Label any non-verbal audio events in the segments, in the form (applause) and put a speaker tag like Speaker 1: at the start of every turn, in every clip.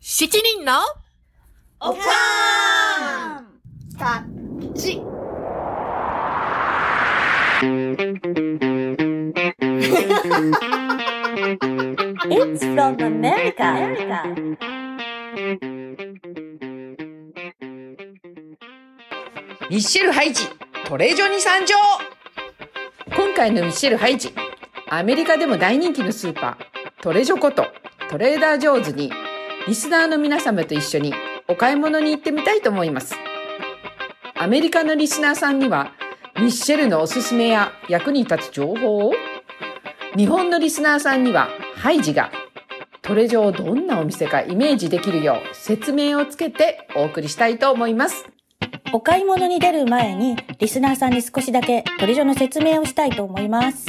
Speaker 1: 七人の
Speaker 2: おかーん
Speaker 3: タッチ。
Speaker 2: It's from America.
Speaker 1: ミッシェル・ハイジ、トレジョに参上今回のミッシェル・ハイジ、アメリカでも大人気のスーパー、トレジョことトレーダー・ジョーズに、リスナーの皆様と一緒にお買い物に行ってみたいと思います。アメリカのリスナーさんには、ミッシェルのおすすめや役に立つ情報を、日本のリスナーさんには、ハイジが、トレジョをどんなお店かイメージできるよう説明をつけてお送りしたいと思います。
Speaker 2: お買い物に出る前に、リスナーさんに少しだけトレジョの説明をしたいと思います。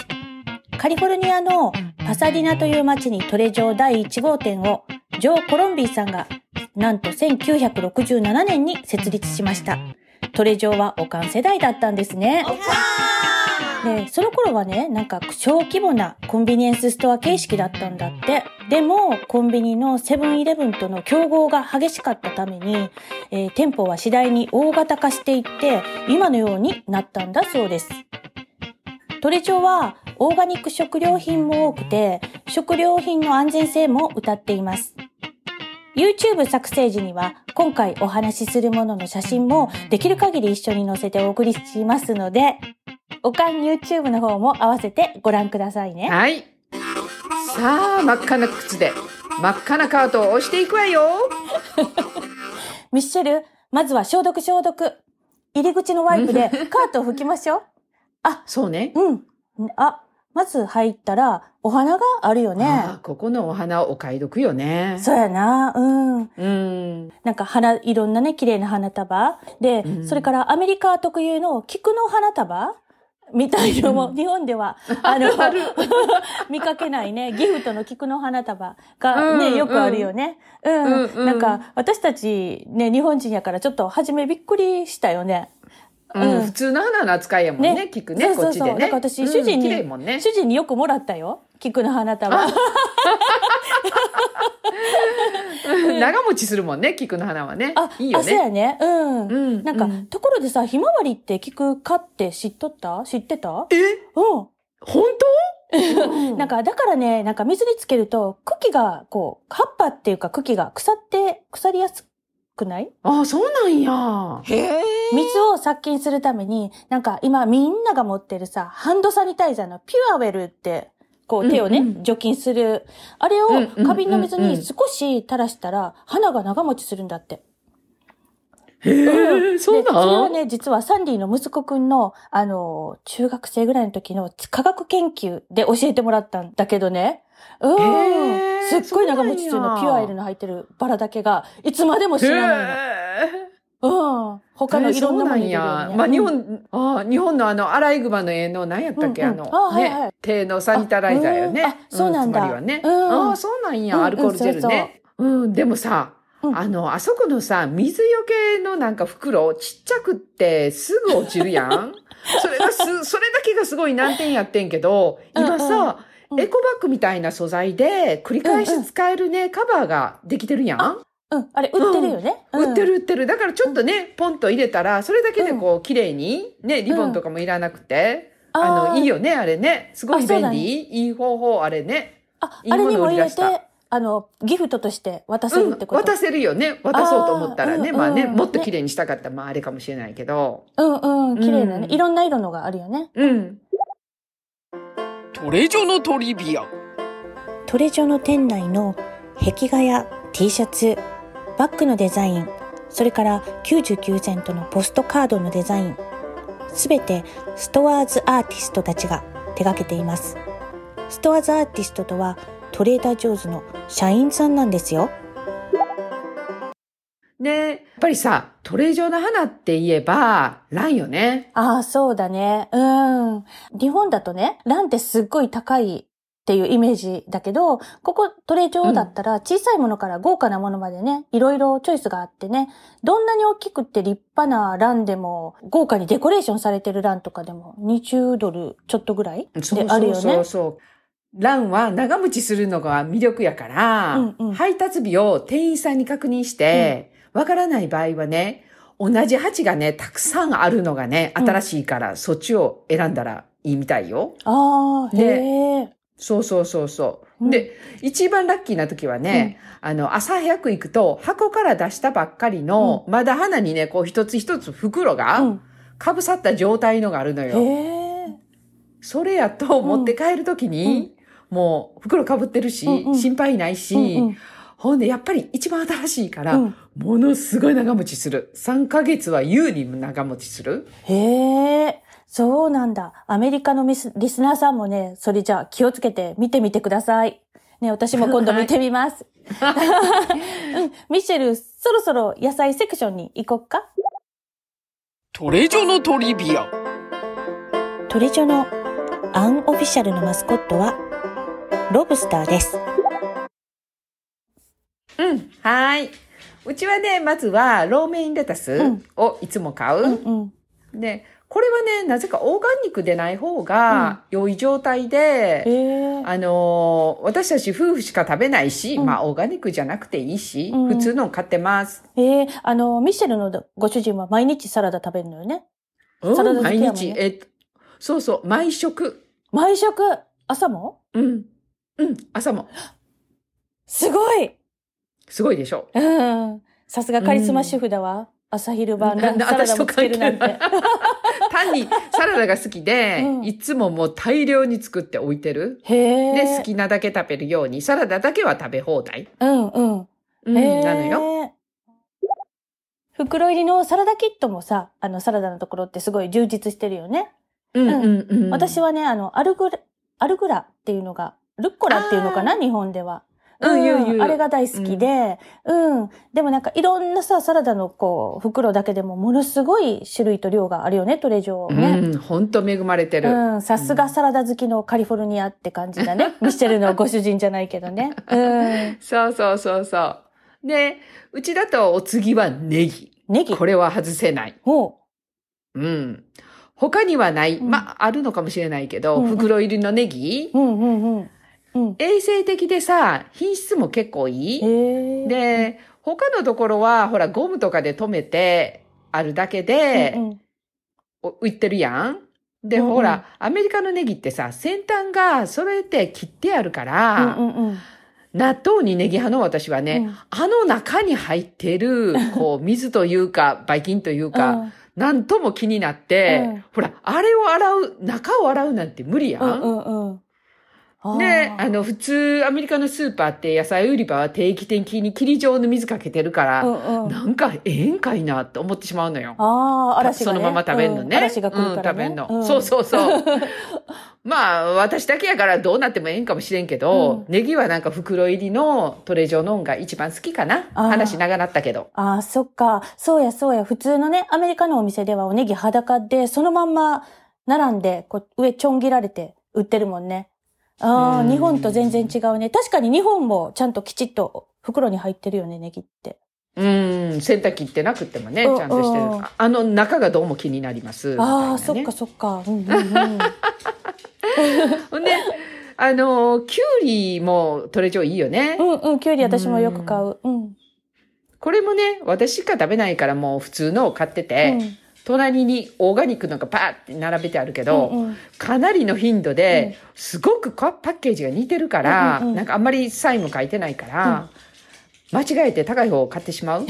Speaker 2: カリフォルニアのパサディナという町にトレジョ第1号店を、ジョー・コロンビーさんが、なんと1967年に設立しました。トレジョはおかん世代だったんですね。で、その頃はね、なんか小規模なコンビニエンスストア形式だったんだって。でも、コンビニのセブンイレブンとの競合が激しかったために、えー店舗は次第に大型化していって、今のようになったんだそうです。トレジョはオーガニック食料品も多くて、食料品の安全性も謳っています。YouTube 作成時には今回お話しするものの写真もできる限り一緒に載せてお送りしますので、おかん YouTube の方も合わせてご覧くださいね。
Speaker 1: はい。さあ、真っ赤な靴で、真っ赤なカートを押していくわよ。
Speaker 2: ミッシェル、まずは消毒消毒。入り口のワイプで
Speaker 1: (laughs)
Speaker 2: カートを拭きましょう。
Speaker 1: そうね。
Speaker 2: うん。あ、まず入ったら、お花があるよ
Speaker 1: ああ
Speaker 2: ね。
Speaker 1: ここのお花お買い得よね。
Speaker 2: そうやな。うん。
Speaker 1: う。ん。
Speaker 2: なんか花、いろんなね、綺麗な花束。で、
Speaker 1: うん
Speaker 2: それからアメリカ特有の菊の花束みたいのも、日本で
Speaker 1: (laughs)
Speaker 2: は、あの、 (laughs) 見かけないね、ギフトの菊の花束がね、
Speaker 1: うん
Speaker 2: よくあるよね。うん。
Speaker 1: うんうん
Speaker 2: なんか、私たちね、日本人やからちょっと初めびっくりしたよね。
Speaker 1: うん
Speaker 2: うん
Speaker 1: 普通の花の扱いやもんね。
Speaker 2: ね
Speaker 1: 聞くね、
Speaker 2: そうそうそう
Speaker 1: こっちでね。
Speaker 2: だから私主人に
Speaker 1: うん綺麗もんね。
Speaker 2: 主人によくもらったよ。菊の花束。
Speaker 1: 長持ちするもんね、菊の花はね。いいよ
Speaker 2: あ、そう
Speaker 1: ね。
Speaker 2: やね。うん。
Speaker 1: うん
Speaker 2: なんか、
Speaker 1: うん
Speaker 2: ところでさ、ひまわりって聞くかって知っとった知ってた
Speaker 1: え
Speaker 2: うん。
Speaker 1: 本当
Speaker 2: (laughs) なんか、だからね、なんか水につけると、茎が、こう、葉っぱっていうか茎が腐って、腐りやすくない
Speaker 1: あ、そうなんや。
Speaker 3: へえ。
Speaker 2: 水を殺菌するために、なんか今みんなが持ってるさ、ハンドサニタイザーのピュアウェルって、こう手をね、
Speaker 1: うんうん
Speaker 2: 除菌する。あれを
Speaker 1: うんうんうん
Speaker 2: 花瓶の水に少し垂らしたら、花が長持ちするんだって。
Speaker 1: へえ、そ
Speaker 2: でそれ
Speaker 1: うな
Speaker 2: は
Speaker 1: ん
Speaker 2: ね、実はサンディの息子くんの、あの、中学生ぐらいの時の科学研究で教えてもらったんだけどね。うん
Speaker 1: へー。
Speaker 2: すっごい長持ちするの、
Speaker 1: そうなんや
Speaker 2: ピュアウェルの入ってるバラだけが、いつまでも知らないの。
Speaker 1: へえ
Speaker 2: うん。他のいろんなものに入れるよ
Speaker 1: そうなん
Speaker 2: ね
Speaker 1: やまあ、日本、ああ日本のあの、アライグマの絵の、何やったっけ、
Speaker 2: うん
Speaker 1: あ
Speaker 2: うん
Speaker 1: の、
Speaker 2: あはい
Speaker 1: ね、
Speaker 2: はい
Speaker 1: 手のサニタライザーよね。
Speaker 2: あうんあそうなんだ
Speaker 1: つまりはね。
Speaker 2: うん
Speaker 1: ああ、そうなん
Speaker 2: うんう
Speaker 1: や、
Speaker 2: ん
Speaker 1: アルコールジェルね。うん、でもさ、
Speaker 2: うん
Speaker 1: あの、あそこのさ、水よけのなんか袋、ちっちゃくってすぐ落ちる
Speaker 2: (laughs)
Speaker 1: やん。それがす、それだけがすごい難点やってんけど、今さ、
Speaker 2: うんうん
Speaker 1: エコバッグみたいな素材で繰り返し使えるね、カバーができてるやん。
Speaker 2: うん、あれ売ってるよね。うん
Speaker 1: 売ってる売ってる。だからちょっとね、ポンと入れたら、それだけでこう、綺麗に、ね、リボンとかもいらなくて、あの、いい
Speaker 2: よ。
Speaker 1: よね、あれね。すごい
Speaker 2: あそう
Speaker 1: 便
Speaker 2: だね
Speaker 1: 利。いい方法、あれね。
Speaker 2: あ、
Speaker 1: いい
Speaker 2: あ
Speaker 1: もの
Speaker 2: れにも入れ
Speaker 1: 売り出
Speaker 2: て、あの、ギフトとして渡せ
Speaker 1: う
Speaker 2: るっ
Speaker 1: ん
Speaker 2: て、こと。
Speaker 1: 渡せるよね。渡そうと思ったら
Speaker 2: あ
Speaker 1: ね。
Speaker 2: ーうん
Speaker 1: まあね、
Speaker 2: うん
Speaker 1: もっと綺麗にしたかったら、まああれかもしれないけど。
Speaker 2: うんうん、綺麗なね。
Speaker 1: うん
Speaker 2: いろんな色のがあるよね。
Speaker 1: うん。
Speaker 3: トレジョのトリビア。
Speaker 2: トレジョの店内の壁画や T シャツ、バッグのデザイン、それから99セントのポストカードのデザイン、すべてストアーズアーティストたちが手掛けています。ストアーズアーティストとはトレーダー・ジョーズの社員さんなんですよ。
Speaker 1: ねやっぱりさ、トレジョの花って言えば、ランよね。
Speaker 2: ああ、そうだね。うん。日本だとね、ランってすっごい高いっていうイメージだけど、ここトレジョーだったら小さいものから豪華なものまでね、いろいろチョイスがあってね、どんなに大きくって立派なランでも、豪華にデコレーションされてるランとかでも20ドルちょっとぐらい
Speaker 1: そ
Speaker 2: で
Speaker 1: う
Speaker 2: あるよね。
Speaker 1: そうそうそう。ランは長持ちするのが魅力やから、
Speaker 2: うんうん
Speaker 1: 配達日を店員さんに確認して、わ、からない場合はね、同じ鉢がね、たくさんあるのがね、
Speaker 2: うん
Speaker 1: 新しいから、そっちを選んだらいいみたいよ。
Speaker 2: ああ、へえ。
Speaker 1: そうそうそうそう。
Speaker 2: うん
Speaker 1: で、一番ラッキーな時はね、あの、朝早く行くと、箱から出したばっかりの、まだ花にね、こう一つ一つ袋
Speaker 2: う
Speaker 1: が、
Speaker 2: ん。
Speaker 1: かぶさった状態のがあるの
Speaker 2: へ
Speaker 1: よ。
Speaker 2: え。
Speaker 1: それやと持って帰るときに、もう袋かぶってるし、
Speaker 2: うんうん
Speaker 1: 心配ないし、
Speaker 2: うんうん
Speaker 1: ほんでやっぱり一番新しいから、
Speaker 2: うん
Speaker 1: ものすごい長持ちする。3ヶ月は優に長持ちする。
Speaker 2: へえ。そうなんだ。アメリカのミスリスナーさんもね、それじゃあ気をつけて見てみてください。ね、私も今度見てみます。 (laughs) うん、ミシェル、そろそろ野菜セクションに行こっか。
Speaker 3: トレジョのトリビア。
Speaker 2: トレジョのアンオフィシャルのマスコットは、ロブスターです。
Speaker 1: うん、はーい。うちはね、まずは、ローメインレタス
Speaker 2: うん
Speaker 1: をいつも買う。
Speaker 2: うんうん。
Speaker 1: で、これはね、なぜかオーガニックでない方が良い状態で、
Speaker 2: へえ。
Speaker 1: あのー私たち夫婦しか食べないし、
Speaker 2: うん
Speaker 1: まあ、オーガニックじゃなくていいし、
Speaker 2: うん
Speaker 1: 普通のを買ってます。
Speaker 2: ええあの、ミシェルのご主人は毎日サラダ食べるのよね。
Speaker 1: うん
Speaker 2: サラダ好き
Speaker 1: 毎
Speaker 2: やもんね
Speaker 1: 日、えっと、そうそう、毎食。
Speaker 2: 毎食、朝も
Speaker 1: うん。うん、朝も。
Speaker 2: すごい
Speaker 1: すごいで
Speaker 2: (laughs)
Speaker 1: しょ。
Speaker 2: うん。さすがカリスマ主婦だわ。朝昼晩ラン
Speaker 1: な
Speaker 2: サラダ
Speaker 1: 私
Speaker 2: も
Speaker 1: と
Speaker 2: つけ
Speaker 1: 関
Speaker 2: る
Speaker 1: 係
Speaker 2: な
Speaker 1: ない
Speaker 2: んて。
Speaker 1: 単にサラダが好きで、
Speaker 2: うん
Speaker 1: いつももう大量に作って置いてる。
Speaker 2: へえ。
Speaker 1: で、好。きなだけ食べるように、サラダだけは食べ放題。
Speaker 2: うんうん。
Speaker 1: うん、
Speaker 2: へえ
Speaker 1: なのよ。。
Speaker 2: 袋入りのサラダキットもさ、あのサラダのところってすごい充実してるよね。
Speaker 1: うんうんうん。
Speaker 2: 私はね、あの、アルグラ、アルグラっていうのが、ルッコラっていうのかな、
Speaker 1: あ
Speaker 2: 日本では。
Speaker 1: うん言う言う
Speaker 2: あれが大好きで、うん、でもなんかいろんなさ、サラダのこう、袋だけでもものすごい種類と量があるよね、トレジョね。
Speaker 1: うん、ほんと恵まれてる。
Speaker 2: うん、さすがサラダ好きのカリフォルニアって感じだ
Speaker 1: (laughs)
Speaker 2: ね。ミシェルのご主人じゃないけどね。うん。
Speaker 1: そうそうそうそう。で、うちだとお次はネギ。
Speaker 2: ネギ。
Speaker 1: これは外せない。
Speaker 2: お
Speaker 1: うん。他にはない。
Speaker 2: うん
Speaker 1: まあ、あるのかもしれないけど、
Speaker 2: うんうん
Speaker 1: 袋入りのネギ
Speaker 2: う。うんうんうん。うん。
Speaker 1: 衛生的でさ、品質も結構いい。
Speaker 2: へえ。
Speaker 1: で、他のところは、ほら、ゴムとかで留めてあるだけで、
Speaker 2: うんうん、
Speaker 1: お売ってるやん。で、
Speaker 2: うんうん
Speaker 1: ほら、アメリカのネギってさ、先端が揃えて切ってあるから、
Speaker 2: うんうんうん。
Speaker 1: 納豆にネギ派の私はね、
Speaker 2: うん
Speaker 1: あの中に入っ
Speaker 2: (laughs)
Speaker 1: てる、こう、水というか、ばい菌というか、
Speaker 2: うん
Speaker 1: なんとも気になって、
Speaker 2: うん
Speaker 1: ほら、あれを洗う、中を洗うなんて無理や
Speaker 2: うん
Speaker 1: ん。
Speaker 2: うんうん。あー
Speaker 1: で、あの、普通、アメリカのスーパーって野菜売り場は定期的に霧状の水かけてるから、
Speaker 2: うんうん、
Speaker 1: なんかええんかいなって思ってしまうのよ。
Speaker 2: ああ、嵐が、
Speaker 1: そ
Speaker 2: ね。
Speaker 1: のまま食べるのね。
Speaker 2: うん嵐が来るから、ね
Speaker 1: うん食べんの。そうそ
Speaker 2: (laughs)
Speaker 1: うそう。まあ、私だけやからどうなってもええんかもしれんけど、
Speaker 2: う
Speaker 1: ネギはなんか袋入りのトレジョノンが一番好きかな。
Speaker 2: あー
Speaker 1: 話長なったけど。
Speaker 2: ああ、そっか。そうや、そうや。普通のね、アメリカのお店ではおネギ裸で、そのまんま並んで、こう、上ちょん切られて売ってるもんね。ああ、
Speaker 1: うん
Speaker 2: 日本と全然違うね。確かに日本もちゃんときちっと袋に入ってるよね、ネギって。
Speaker 1: うん、洗濯機ってなくってもね、ち
Speaker 2: うん
Speaker 1: ゃんとしてる
Speaker 2: うん。
Speaker 1: あの中がどうも気になります。みたいな
Speaker 2: あ
Speaker 1: ね
Speaker 2: あ、そっか、。そっか。うんうん
Speaker 1: (laughs)
Speaker 2: うん。
Speaker 1: ほんで、あの、キュウリもトレジョいいよね
Speaker 2: う。んうん、きゅうり私もよく買う。うん。
Speaker 1: これもね、私しか食べないからもう普通のを買ってて、
Speaker 2: うん
Speaker 1: 隣にオーガニックのがパーって並べてあるけど、
Speaker 2: うんうん
Speaker 1: かなりの頻度で、すごくこパッケージが似てるから、
Speaker 2: うんうんうん
Speaker 1: なんかあんまりサインも書いてないから、間違えて高い方を買って
Speaker 2: (laughs)
Speaker 1: しまう。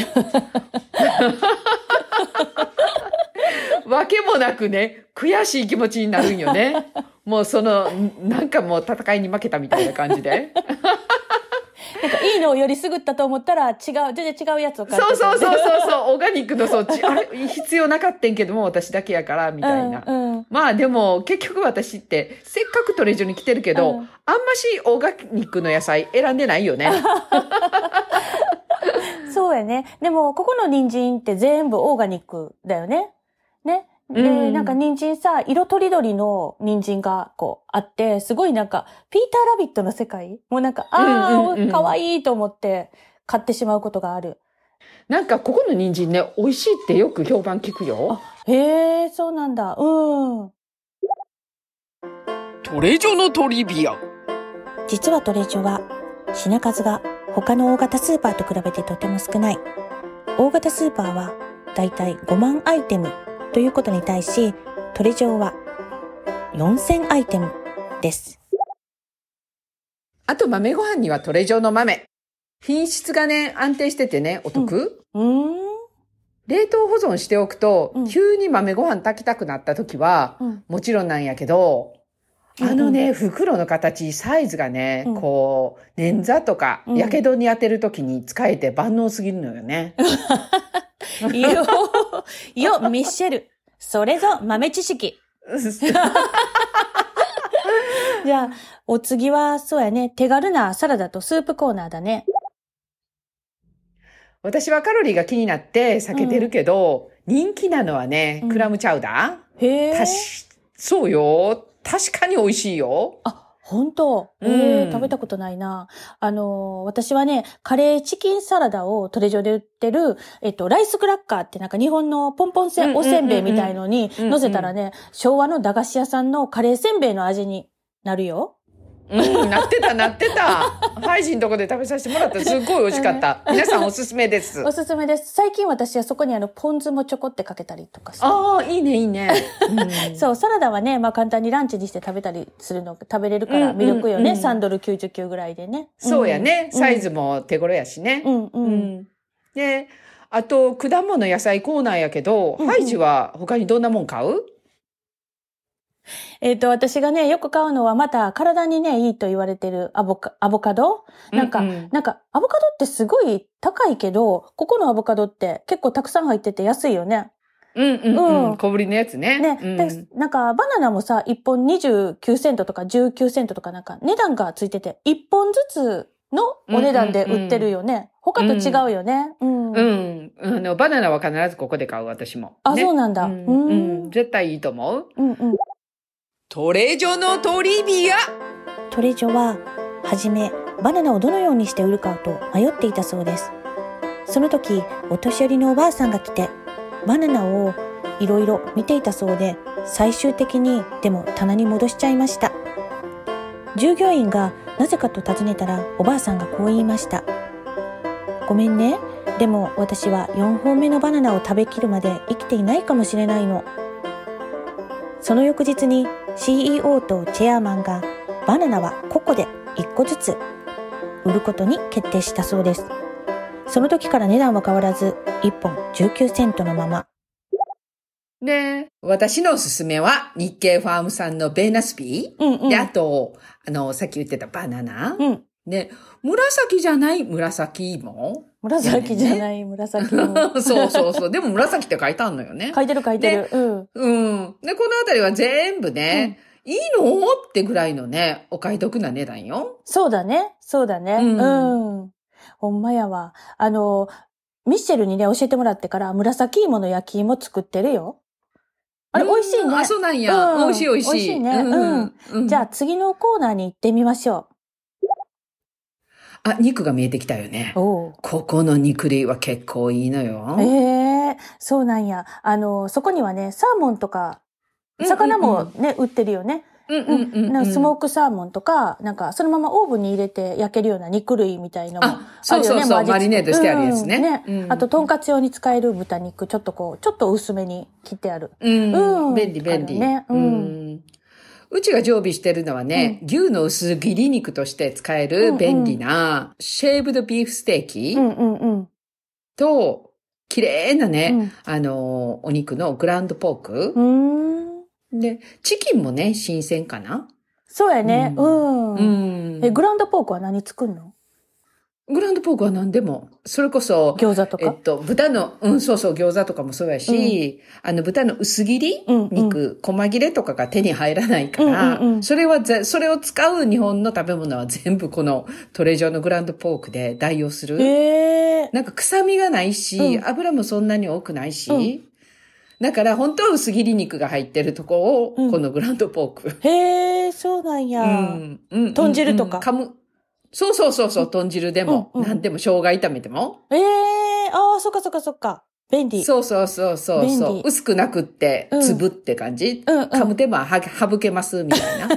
Speaker 1: わけもなくね、悔しい気持ちになるんよね。もうその、なんかもう戦いに負けたみたいな感じで。
Speaker 2: なんかいいのをよりすぐったと思ったら違う、全然違うやつを買って
Speaker 1: そうそう
Speaker 2: う。
Speaker 1: そうそ
Speaker 2: (laughs)
Speaker 1: うそう、オーガニックのそっち、あれ、必要なかったんけども、私だけやから、みたいな。
Speaker 2: うんうん。
Speaker 1: まあでも結局私ってせっかくトレジョに来てるけど、
Speaker 2: うん
Speaker 1: あんましオーガニックの野菜選んでないよね。
Speaker 2: そうやね。でも、ここの人参って全部オーガニックだよね。ね。で、
Speaker 1: うん
Speaker 2: なんか人参さ、色とりどりの人参がこうあって、すごいなんか、ピーター・ラビットの世界もうなんか、あ
Speaker 1: うんうんう
Speaker 2: あ、
Speaker 1: ん
Speaker 2: かわいいと思って買ってしまうことがある。
Speaker 1: なんかここの人参ね、美味しいってよく評判聞くよ。
Speaker 2: へえ、そうなんだ。うん。
Speaker 3: トレジョのトリビア。
Speaker 2: 実はトレジョは品数が他の大型スーパーと比べてとても少ない。大型スーパーはだいたい5万アイテムということに対し、トレジョは4000アイテムです。
Speaker 1: あと豆ご飯にはトレジョの豆。品質がね、安定しててね、お得、
Speaker 2: うーん。
Speaker 1: 冷凍保存しておくと、
Speaker 2: うん
Speaker 1: 急に豆ご飯炊きたくなった時は、
Speaker 2: うん
Speaker 1: もちろんなんやけど、
Speaker 2: うん
Speaker 1: あのね、袋の形、サイズがね、
Speaker 2: うん
Speaker 1: こう、捻挫とか、
Speaker 2: うん
Speaker 1: やけどに当てる時に使えて万能すぎるの
Speaker 2: (laughs)
Speaker 1: よね。 (laughs)
Speaker 2: よ、よ、ミッシェル。それぞ豆知識。じゃあ、お次は、そうやね。手軽なサラダとスープコーナーだね。
Speaker 1: 私はカロリーが気になって避けてるけど、人気なのはね
Speaker 2: うん、
Speaker 1: クラムチャウダ
Speaker 2: へ
Speaker 1: ー、
Speaker 2: え
Speaker 1: た。し、そうよ。確かに美味しいよ。
Speaker 2: あ、本当
Speaker 1: うん
Speaker 2: ええ食べたことないな。あのー、私はね、カレーチキンサラダをトレジョで売ってる、えっと、ライスクラッカーってなんか日本のポンポンせ
Speaker 1: うん
Speaker 2: ん、
Speaker 1: うんう
Speaker 2: お
Speaker 1: んうん
Speaker 2: せんべいみたいのに
Speaker 1: うんうん
Speaker 2: 乗せたらね、昭和の駄菓子屋さんのカレーせんべいの味になるよ。 (laughs)
Speaker 1: うん、なってた、なってた。ハイジのとこで食べさせてもらったらすっごい美味し
Speaker 2: (laughs)
Speaker 1: かった。皆さんおすすめです。
Speaker 2: おすすめです。最近私はそこにあの、ポン酢もちょこってかけたりとかして。
Speaker 1: ああ、いいね、いいね。う
Speaker 2: (laughs)
Speaker 1: ん
Speaker 2: そう、サラダはね、まあ簡単にランチにして食べたりするの、食べれるから魅力よ
Speaker 1: うんうん
Speaker 2: ね。
Speaker 1: うん
Speaker 2: 3ドル99ぐらいでね。
Speaker 1: そうやね、
Speaker 2: うん
Speaker 1: サイズも手頃やしね
Speaker 2: う。んう。
Speaker 1: うんで、あと、果物野菜コーナーやけど、
Speaker 2: うんうん
Speaker 1: ハイジは他にどんなもん買う
Speaker 2: えっ、と、私がね、よく買うのはまた体にね、いいと言われてるアボカ、アボカドなんか、
Speaker 1: う
Speaker 2: なんか、アボカドってすごい高いけど、ここのアボカドって結構たくさん入ってて安いよね。
Speaker 1: うんうんうん
Speaker 2: うん
Speaker 1: 小ぶりのやつね。
Speaker 2: ね、
Speaker 1: うん
Speaker 2: でなんか、バナナもさ、1本29セントとか19セントとかなんか、値段がついてて、1本ずつのお値段で売ってるよね。他と違うよね。うん。
Speaker 1: うん。あの、バナナは必ずここで買う、私も。
Speaker 2: あ、
Speaker 1: ね
Speaker 2: そうなんだ。
Speaker 1: うん
Speaker 2: うん
Speaker 1: うん絶対いいと思う
Speaker 2: うんうん。
Speaker 1: トレジョのトリビア
Speaker 2: トレジョは、はじめ、バナナをどのようにして売るかと迷っていたそうです。その時、お年寄りのおばあさんが来て、バナナをいろいろ見ていたそうで、最終的にでも棚に戻しちゃいました。従業員がなぜかと尋ねたら、おばあさんがこう言いました。ごめんね。でも私は4本目のバナナを食べきるまで生きていないかもしれないの。その翌日に CEO とチェアマンがバナナは個々で1個ずつ売ることに決定したそうです。その時から値段は変わらず1本19セントのまま。
Speaker 1: で、私のおすすめは、日経ファームさんのベーナスピ
Speaker 2: うん
Speaker 1: ー。で、あと、あの、さっき言ってたバナナ。
Speaker 2: うん。
Speaker 1: ね、紫じゃない紫芋
Speaker 2: 紫じゃない紫
Speaker 1: (laughs)
Speaker 2: の。
Speaker 1: そうそうそう。でも紫って書いてあんのよね
Speaker 2: 書。いてる書いてる。うん。
Speaker 1: うん。で、このあたりは全部ね、いいのってぐらいのね、お買い得な値段よ。
Speaker 2: そうだね。そうだね。う
Speaker 1: うん
Speaker 2: ん。ほんまやわ。あの、ミッシェルにね、教えてもらってから紫芋の焼き芋作ってるよ。あれ、
Speaker 1: うん
Speaker 2: 美味しいね。
Speaker 1: あ、そうなんや。
Speaker 2: うん
Speaker 1: 美味しい美味しい。
Speaker 2: 美味しいねうん。
Speaker 1: うん
Speaker 2: じゃあ、次のコーナーに行ってみましょ
Speaker 1: あ、肉が見えてきたよね
Speaker 2: う。。おう
Speaker 1: ここの肉類は結構いいのよ。
Speaker 2: ええそうなんや。あの、そこにはね、サーモンとか、
Speaker 1: うん
Speaker 2: 魚もね、売ってるよね。
Speaker 1: うんうんうんうん。
Speaker 2: なんかスモークサーモンとか、なんかそのままオーブンに入れて焼けるような肉類みたいのもあるよね
Speaker 1: あ、。そうそう
Speaker 2: も
Speaker 1: そう。
Speaker 2: 味付け
Speaker 1: マリネートしてあるやつね。
Speaker 2: うんね
Speaker 1: うん
Speaker 2: あと、とんかつ用に使える豚肉、ちょっとこう、ちょっと薄めに切ってある。
Speaker 1: うん、
Speaker 2: うん
Speaker 1: 便利便利、
Speaker 2: あるねう
Speaker 1: うんんうちが常備してるのはね、牛の薄切り肉として使える便利な、シェーブドビーフステーキ
Speaker 2: うんうんうん。
Speaker 1: と、綺麗なね、
Speaker 2: うん
Speaker 1: あのー、お肉のグランドポーク
Speaker 2: う、ーん。
Speaker 1: で、チキンもね、新鮮かな。
Speaker 2: そうやね。う。
Speaker 1: うんうん
Speaker 2: え、グランドポークは何作るの
Speaker 1: グランドポークは何でも、それこそ、
Speaker 2: 餃子と
Speaker 1: え
Speaker 2: か
Speaker 1: っ。と、豚の、うん、そうそう、餃子とかもそうやし、あの、豚の薄切り
Speaker 2: うんうん
Speaker 1: 肉、細切れとかが手に入らないから、
Speaker 2: うんうんうん
Speaker 1: それはぜ、それを使う日本の食べ物は全部このトレジョのグランドポークで代用する。
Speaker 2: ええ
Speaker 1: なんか臭みがないし、
Speaker 2: うん
Speaker 1: 油もそんなに多くないし、
Speaker 2: うん
Speaker 1: だから本当は薄切り肉が入ってるとこを、
Speaker 2: うん
Speaker 1: このグランドポーク。
Speaker 2: へえ、そうなんや。
Speaker 1: うんうんうん
Speaker 2: 豚汁とか
Speaker 1: かむ。そうそうそうそう、豚汁でも、
Speaker 2: うんうん
Speaker 1: 何でも生姜炒めても。
Speaker 2: ええああ、そっかそっかそっか。便利。
Speaker 1: そうそうそうそうそ
Speaker 2: 便利
Speaker 1: う。薄くなくって
Speaker 2: うん、
Speaker 1: 粒って感じ。
Speaker 2: うんうん (laughs)
Speaker 1: 噛む手間はは省けます、みたいな。
Speaker 2: な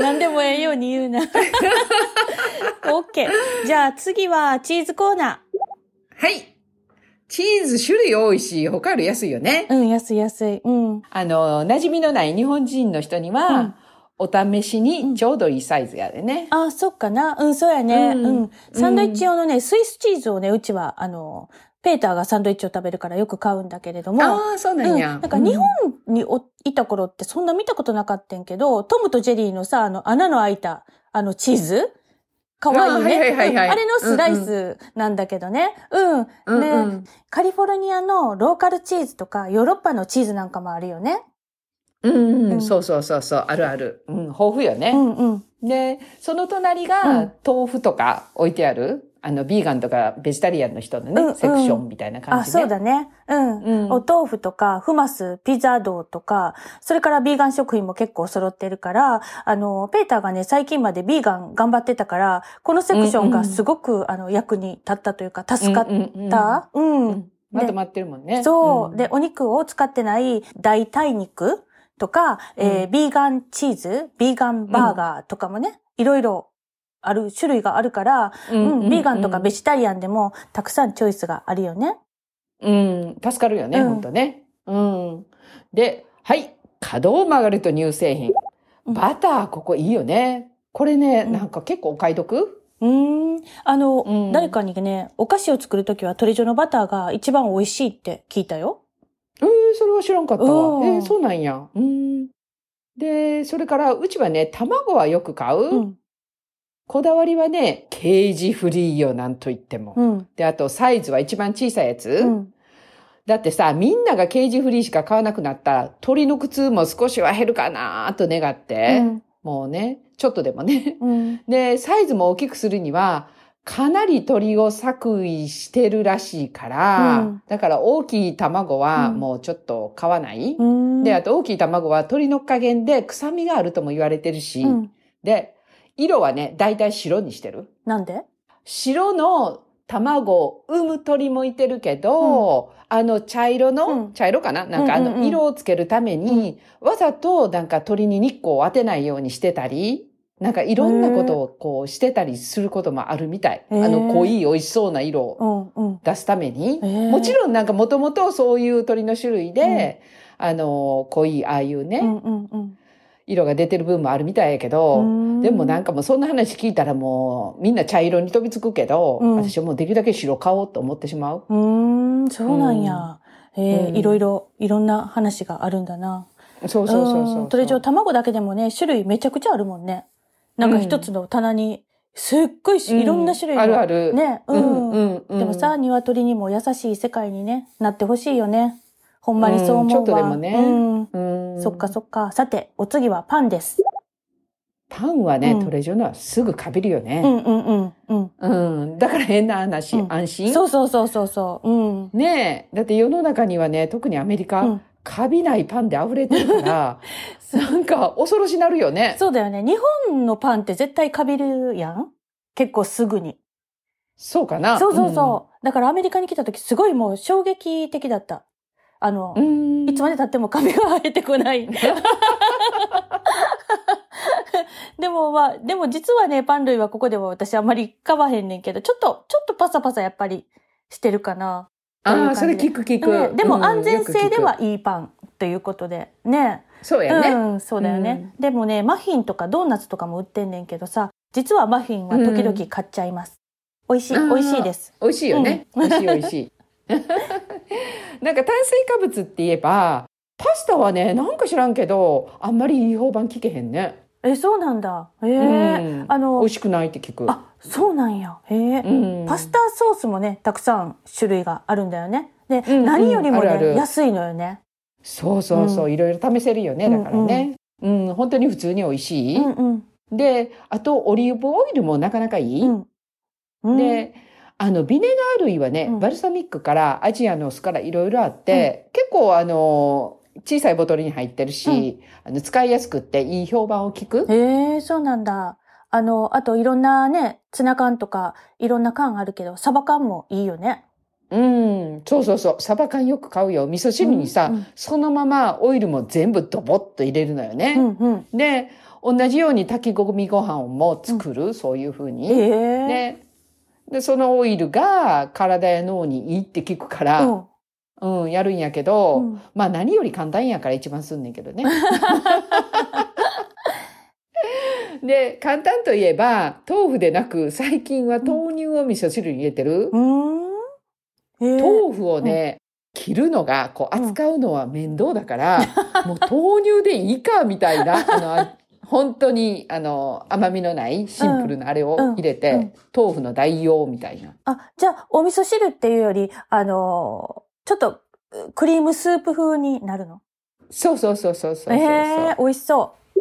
Speaker 2: 何でもええように言うな。OK。じゃあ次はチーズコーナ
Speaker 1: はい。チーズ種類多いし、他より安いよね。
Speaker 2: ー。うん、安い安い。うん。
Speaker 1: あの、馴染みのない日本人の人には、お試しにちょうどいいサイズやでね。
Speaker 2: あ、そっかな。うん、そうやね。
Speaker 1: うん
Speaker 2: うん。サンドイッチ用のね、スイスチーズをね、うちは、あの、ペーターがサンドイッチを食べるからよく買うんだけれども。
Speaker 1: ああ、そうなんや。
Speaker 2: うん、なんか日本においた頃ってそんな見たことなかったんけど、トムとジェリーのさ、あの穴の開いた、あのチーズかわいいね。
Speaker 1: あーはいはいはいはい
Speaker 2: うんあれのスライスなんだけどね。うん、うん
Speaker 1: うん、
Speaker 2: で
Speaker 1: うんうん。
Speaker 2: カリフォルニアのローカルチーズとか、ヨーロッパのチーズなんかもあるよね。
Speaker 1: う
Speaker 2: う
Speaker 1: んうんん、そうそうそうそう、あるある。うん、豊富よ
Speaker 2: う
Speaker 1: ね。
Speaker 2: んうん。
Speaker 1: で、その隣
Speaker 2: う
Speaker 1: が
Speaker 2: ん、
Speaker 1: 豆腐とか置いてある、あの、ビーガンとかベジタリアンの人の
Speaker 2: うんうん
Speaker 1: ね、セクションみたいな感
Speaker 2: あ、
Speaker 1: じで。
Speaker 2: そうだね。うん。
Speaker 1: うん
Speaker 2: お豆腐とか、フマス、ピザドーとか、それからビーガン食品も結構揃ってるから、あの、ペーターがね、最近までビーガン頑張ってたから、このセクションがすごく、あの、役に立ったというか、助かっ
Speaker 1: うんうんうん
Speaker 2: た。うん、
Speaker 1: うんまとまってるもんね。
Speaker 2: そう、
Speaker 1: ん
Speaker 2: で、、お肉を使ってない代替肉とか、えービーガンチーズ、ビーガンバーガーとかもね、いろいろある、種類があるから、
Speaker 1: う
Speaker 2: うん
Speaker 1: んうん
Speaker 2: ビーガンとかベジタリアンでもたくさんチョイスがあるよね。
Speaker 1: うん、助かるよね、
Speaker 2: うん
Speaker 1: ほんとね。うん。で、はい、角を曲がると乳製品。
Speaker 2: うん
Speaker 1: バター、ここいいよね。これね、
Speaker 2: うん
Speaker 1: なんか結構お買い得
Speaker 2: うーん。あの、
Speaker 1: うん
Speaker 2: 誰かにね、お菓子を作るときはトレジョのバターが一番美味しいって聞いたよ。
Speaker 1: えー、それは知らんかった
Speaker 2: う
Speaker 1: わ。
Speaker 2: ん
Speaker 1: えー、そうなんや。うん。で、それから、うちはね、卵はよく買う。
Speaker 2: うん。
Speaker 1: こだわりはね、ケージフリーよ、なんと言っても。
Speaker 2: うん。
Speaker 1: で、あと、サイズは一番小さいやつ。
Speaker 2: うん。
Speaker 1: だってさ、みんながケージフリーしか買わなくなったら、鳥の苦痛も少しは減るかなーと願って、もうね、ちょっとでもね。 (laughs)
Speaker 2: うん。
Speaker 1: で、サイズも大きくするには、かなり鳥を作為してるらしいから、
Speaker 2: うん
Speaker 1: だから大きい卵は
Speaker 2: うん
Speaker 1: もうちょっと買わない。
Speaker 2: うん。
Speaker 1: で、あと大きい卵は鳥の加減で臭みがあるとも言われてるし、
Speaker 2: うん。
Speaker 1: で、色はね、だいたい白にしてる。
Speaker 2: なんで
Speaker 1: 白の卵を産む鳥もいてるけど、あの茶色の、
Speaker 2: うん
Speaker 1: 茶色かななんかあ
Speaker 2: うんうんう
Speaker 1: の
Speaker 2: ん
Speaker 1: 色をつけるために、わざとなんか鳥に日光を当てないようにしてたり、なんかいろんなことをこうしてたりすることもあるみたい。
Speaker 2: へー
Speaker 1: あの濃い美味しそうな色を
Speaker 2: うん。うん。
Speaker 1: 出すために。
Speaker 2: へー
Speaker 1: もちろんなんかもともとそういう鳥の種類で、あの、濃いああいうね、
Speaker 2: うんうんうん
Speaker 1: 色が出てる部分もあるみたいやけど、
Speaker 2: うん。
Speaker 1: でもなん
Speaker 2: か、
Speaker 1: かもうそんな話聞いたらもうみんな茶色に飛びつくけど、
Speaker 2: うん
Speaker 1: 私はもうできるだけ白買おうと思ってしまう。
Speaker 2: うーん、そうなんや。え
Speaker 1: う
Speaker 2: ー、
Speaker 1: ん
Speaker 2: いろいろ、いろんな話があるんだな。
Speaker 1: そうそうそうそう。
Speaker 2: んトレジョ卵だけでもね、種類めちゃくちゃあるもんね。なんか一つの棚に、すっごいし、
Speaker 1: うん
Speaker 2: いろんな種類の
Speaker 1: あるある。
Speaker 2: ね、
Speaker 1: う
Speaker 2: うんん。
Speaker 1: うんうん。
Speaker 2: でもさ、鶏にも優しい世界にね、なってほしいよね。ほんまにそう思うわ。
Speaker 1: うんちょっとでもね
Speaker 2: うん
Speaker 1: うん、
Speaker 2: そっかそっか。さて、お次はパンです。
Speaker 1: パンはね、
Speaker 2: うん
Speaker 1: トレジョのはすぐかびるよ
Speaker 2: う
Speaker 1: ね。
Speaker 2: んうんうんうん。
Speaker 1: うん。だから変な話、
Speaker 2: うん
Speaker 1: 安心。
Speaker 2: そうそうそうそうそう。うん。
Speaker 1: ねえ。だって世の中にはね、特にアメリカ、
Speaker 2: うん
Speaker 1: カビないパンで溢れてる
Speaker 2: (laughs)
Speaker 1: から、なんか恐ろしなるよね。
Speaker 2: そうだよね。日本のパンって絶対かびるやん結構すぐに。
Speaker 1: そうかな。
Speaker 2: そうそうそう。だからアメリカに来た時すごいもう衝撃的だった。あの、
Speaker 1: うん。うん。
Speaker 2: いつまで経っても髪が生えてこ
Speaker 1: (laughs)
Speaker 2: ない。でもまあ、でも実はね、パン類はここでは私あんまり買わへんねんけど、ちょっと、ちょっとパサパサやっぱりしてるかな。
Speaker 1: あ
Speaker 2: という感
Speaker 1: あ、
Speaker 2: じ
Speaker 1: それ聞く聞く。
Speaker 2: ねで
Speaker 1: うん
Speaker 2: も安全
Speaker 1: よ
Speaker 2: 性
Speaker 1: く聞
Speaker 2: で
Speaker 1: く
Speaker 2: はいいパンということで。ね。
Speaker 1: そうやね。
Speaker 2: うん、そうだよね、でもね、マフィンとかドーナツとかも売ってんねんけどさ、実はマフィンは時々買っちゃいます。美味しい、
Speaker 1: うん
Speaker 2: 美味しいです。
Speaker 1: 美味しいよね。美味しい美味し
Speaker 2: (laughs)
Speaker 1: い。なんか炭水化物って言えば、パスタはね、なんか知らんけど、あんまりいい評判聞けへんね。
Speaker 2: え、そうなんだ。ええ
Speaker 1: うん
Speaker 2: あ
Speaker 1: 美
Speaker 2: の
Speaker 1: 味、しくないって聞く。
Speaker 2: あ、そうなんや。ええ
Speaker 1: うん
Speaker 2: パスタソースもね、たくさん種類があるんだよね。で、
Speaker 1: んうん
Speaker 2: 何よりもね
Speaker 1: あるある
Speaker 2: 安いのよね。
Speaker 1: そうそうそう、いろいろ試せるよね、だからね。うん、本当に普通に美味しい。
Speaker 2: うんうん。
Speaker 1: で、あとオリーブオイルもなかなかいい。
Speaker 2: うん。うん、
Speaker 1: で、あの、ビネガー類はね、
Speaker 2: うん
Speaker 1: バルサミックからアジアの酢からいろいろあって、結構あの、小さいボトルに入ってるし、あの使いやすくっていい評判を聞く。
Speaker 2: ええそうなんだ。あの、あといろんなね、ツナ缶とか、いろんな缶あるけど、サバ缶もいいよね。
Speaker 1: うん、そうそうそう。サバ缶よく買うよ。味噌汁にさ、
Speaker 2: うん
Speaker 1: そのままオイルも全部ドボッと入れるのよ
Speaker 2: う
Speaker 1: ね。
Speaker 2: んうん。
Speaker 1: で、同じように炊き込みご飯をも作る、そういうふう
Speaker 2: え
Speaker 1: に。
Speaker 2: ー、
Speaker 1: ね。で、そのオイルが体や脳にいいって聞くから、
Speaker 2: うん
Speaker 1: うん、やるんやけど、
Speaker 2: うん
Speaker 1: まあ何より簡単やから一番すんねんけどね。 (laughs) で、簡単といえば、豆腐でなく、最近は豆乳を味噌汁に入れて
Speaker 2: う
Speaker 1: る。
Speaker 2: ーん。えー、
Speaker 1: 豆腐をね、切るのが、こう、
Speaker 2: うん
Speaker 1: 扱うのは面倒だから、もう豆乳でいいか、みたいな、あのあ、 (laughs) 本当に、あの、甘みのないシンプルなあれを入れて、
Speaker 2: うんうん
Speaker 1: 豆腐の代用みたいな。
Speaker 2: あ、じゃあ、お味噌汁っていうより、あのーちょっと、クリームスープ風になるの
Speaker 1: そうそうそうそうそうそうそう。
Speaker 2: ええー、美味しそう。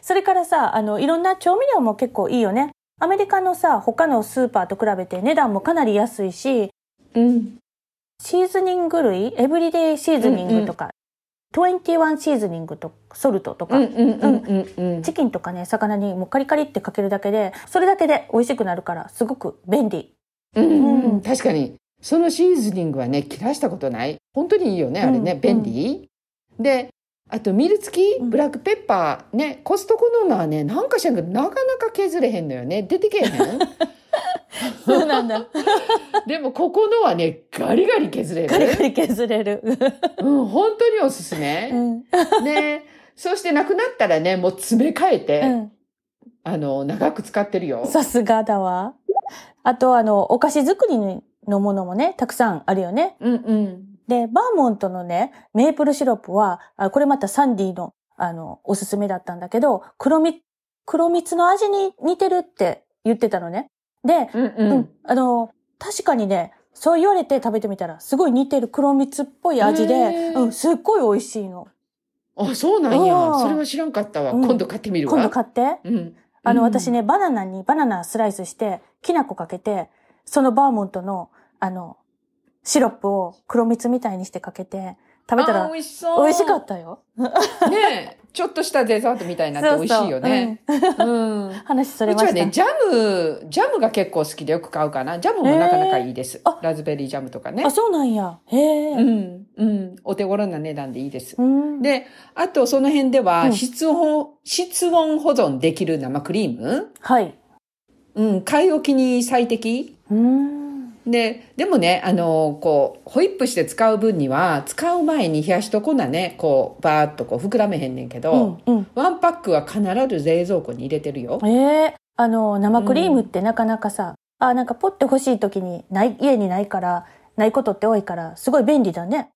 Speaker 2: それからさ、あの、いろんな調味料も結構いいよね。アメリカのさ、他のスーパーと比べて値段もかなり安いし、
Speaker 1: うん。
Speaker 2: シーズニング類、エブリデイシーズニングとか、21シーズニングとか、ソルトとか、
Speaker 1: うんうんうんうんうん。
Speaker 2: チキンとかね、魚にもうカリカリってかけるだけで、それだけで美味しくなるから、すごく便利。
Speaker 1: うんうん
Speaker 2: う
Speaker 1: うんん、確かに。そのシーズニングはね、切らしたことない。本当にいいよね、あれね。
Speaker 2: うん
Speaker 1: 便利。で、あと、ミル付き、
Speaker 2: うん
Speaker 1: ブラックペッパー、ね、コストコののはね、なんかしらんけど、なかなか削れへんのよね。出てけえへ
Speaker 2: (laughs)
Speaker 1: ん。
Speaker 2: そうなんだ。
Speaker 1: でも、ここのはね、ガリガリ削
Speaker 2: (laughs)
Speaker 1: れ
Speaker 2: カリ
Speaker 1: る。
Speaker 2: カリ削れる。
Speaker 1: うん、本当におすす
Speaker 2: う
Speaker 1: め。
Speaker 2: ん。うん。
Speaker 1: ね。そして、なくなったらね、もう詰め替えて、
Speaker 2: うん
Speaker 1: あの、長く使ってるよ。
Speaker 2: さすがだわ。あと、あの、お菓子作りのものもね、たくさんあるよね。
Speaker 1: うんうん。
Speaker 2: で、バーモントのね、メープルシロップは、あこれまたサンディの、あの、おすすめだったんだけど、黒み、黒蜜の味に似てるって言ってたのね。で、
Speaker 1: うん
Speaker 2: う
Speaker 1: うん
Speaker 2: ん。、あの、確かにね、そう言われて食べてみたら、すごい似てる黒蜜っぽい味で
Speaker 1: へ、ー
Speaker 2: うん、すっごい美味しいの。
Speaker 1: あ、そうなん
Speaker 2: あ
Speaker 1: や。
Speaker 2: ー
Speaker 1: それは知らんかったわ。
Speaker 2: うん
Speaker 1: 今度買ってみるわ。
Speaker 2: 今度買って。
Speaker 1: うん。
Speaker 2: あの、
Speaker 1: うん
Speaker 2: 私ね、バナナにバナナスライスして、きな粉かけて、そのバーモントの、あの、シロップを黒蜜みたいにしてかけて、食べた
Speaker 1: あ
Speaker 2: ら
Speaker 1: ー美味しそう。
Speaker 2: 美味しかったよ。
Speaker 1: た。ねえちょっとしたデザートみたいになって美味しいよね。
Speaker 2: そうそう
Speaker 1: う
Speaker 2: う
Speaker 1: ん。
Speaker 2: ん話それ
Speaker 1: う
Speaker 2: ま
Speaker 1: ち
Speaker 2: し
Speaker 1: は
Speaker 2: た。
Speaker 1: ね、ジャム、ジャムが結構好きでよく買うかな。ジャムもなかなかいいです。
Speaker 2: えーあ
Speaker 1: ラズベリージャムとかね
Speaker 2: あ、。そうなんや。へえ。
Speaker 1: うん。うん。お手頃な値段でいいです。
Speaker 2: うん、
Speaker 1: で、あとその辺で
Speaker 2: う
Speaker 1: は、
Speaker 2: ん
Speaker 1: 室温、室温保存できる生クリーム
Speaker 2: はい。
Speaker 1: うん。買い置きに最適
Speaker 2: うん。
Speaker 1: で、でもね、あの、こう、ホイップして使う分には、使う前に冷やしとこなね、こう、バーっとこう、膨らめへんねんけ
Speaker 2: う
Speaker 1: ど、
Speaker 2: ん。うん。
Speaker 1: ワンパックは必ず冷蔵庫に入れてるよ。
Speaker 2: ええあの、生クリームってなかなかさ、あ、なんかポッて欲しい時にない、家にないから、ないことって多いから、すごい便利だね。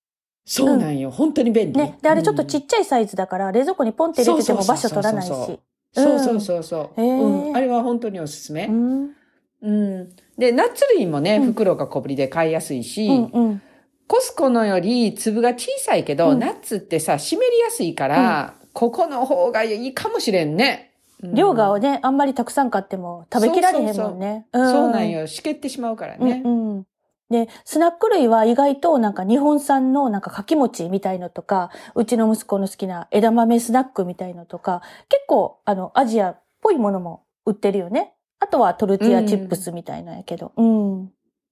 Speaker 1: そうなんよ。本当に便利。
Speaker 2: ね。で、あれちょっとち
Speaker 1: っ
Speaker 2: っちゃいサイズだから、冷蔵庫にポンって入れてても
Speaker 1: そ
Speaker 2: 場
Speaker 1: うそ
Speaker 2: 所
Speaker 1: うそ
Speaker 2: 取
Speaker 1: うそ
Speaker 2: ら
Speaker 1: う
Speaker 2: ないし。
Speaker 1: そうそうそうそう。
Speaker 2: へー
Speaker 1: うん。あれは本当におすすめ
Speaker 2: う。ん。
Speaker 1: うん。で、ナッツ類もね、
Speaker 2: うん
Speaker 1: 袋が小ぶりで買いやすいし、
Speaker 2: うんうん。
Speaker 1: コスコのより粒が小さいけど、
Speaker 2: うん
Speaker 1: ナッツってさ、湿りやすいから、ここの方がいいかもしれんね。うん
Speaker 2: 量がね、あんまりたくさん買っても食べきられへんもんね。
Speaker 1: そうなんよ。しけってしまうからね。
Speaker 2: うんうん。で、スナック類は意外となんか日本産のなんかかき餅みたいのとか、うちの息子の好きな枝豆スナックみたいのとか、結構あのアジアっぽいものも売ってるよね。あとはトルティアチップスみたいのやけど。うん。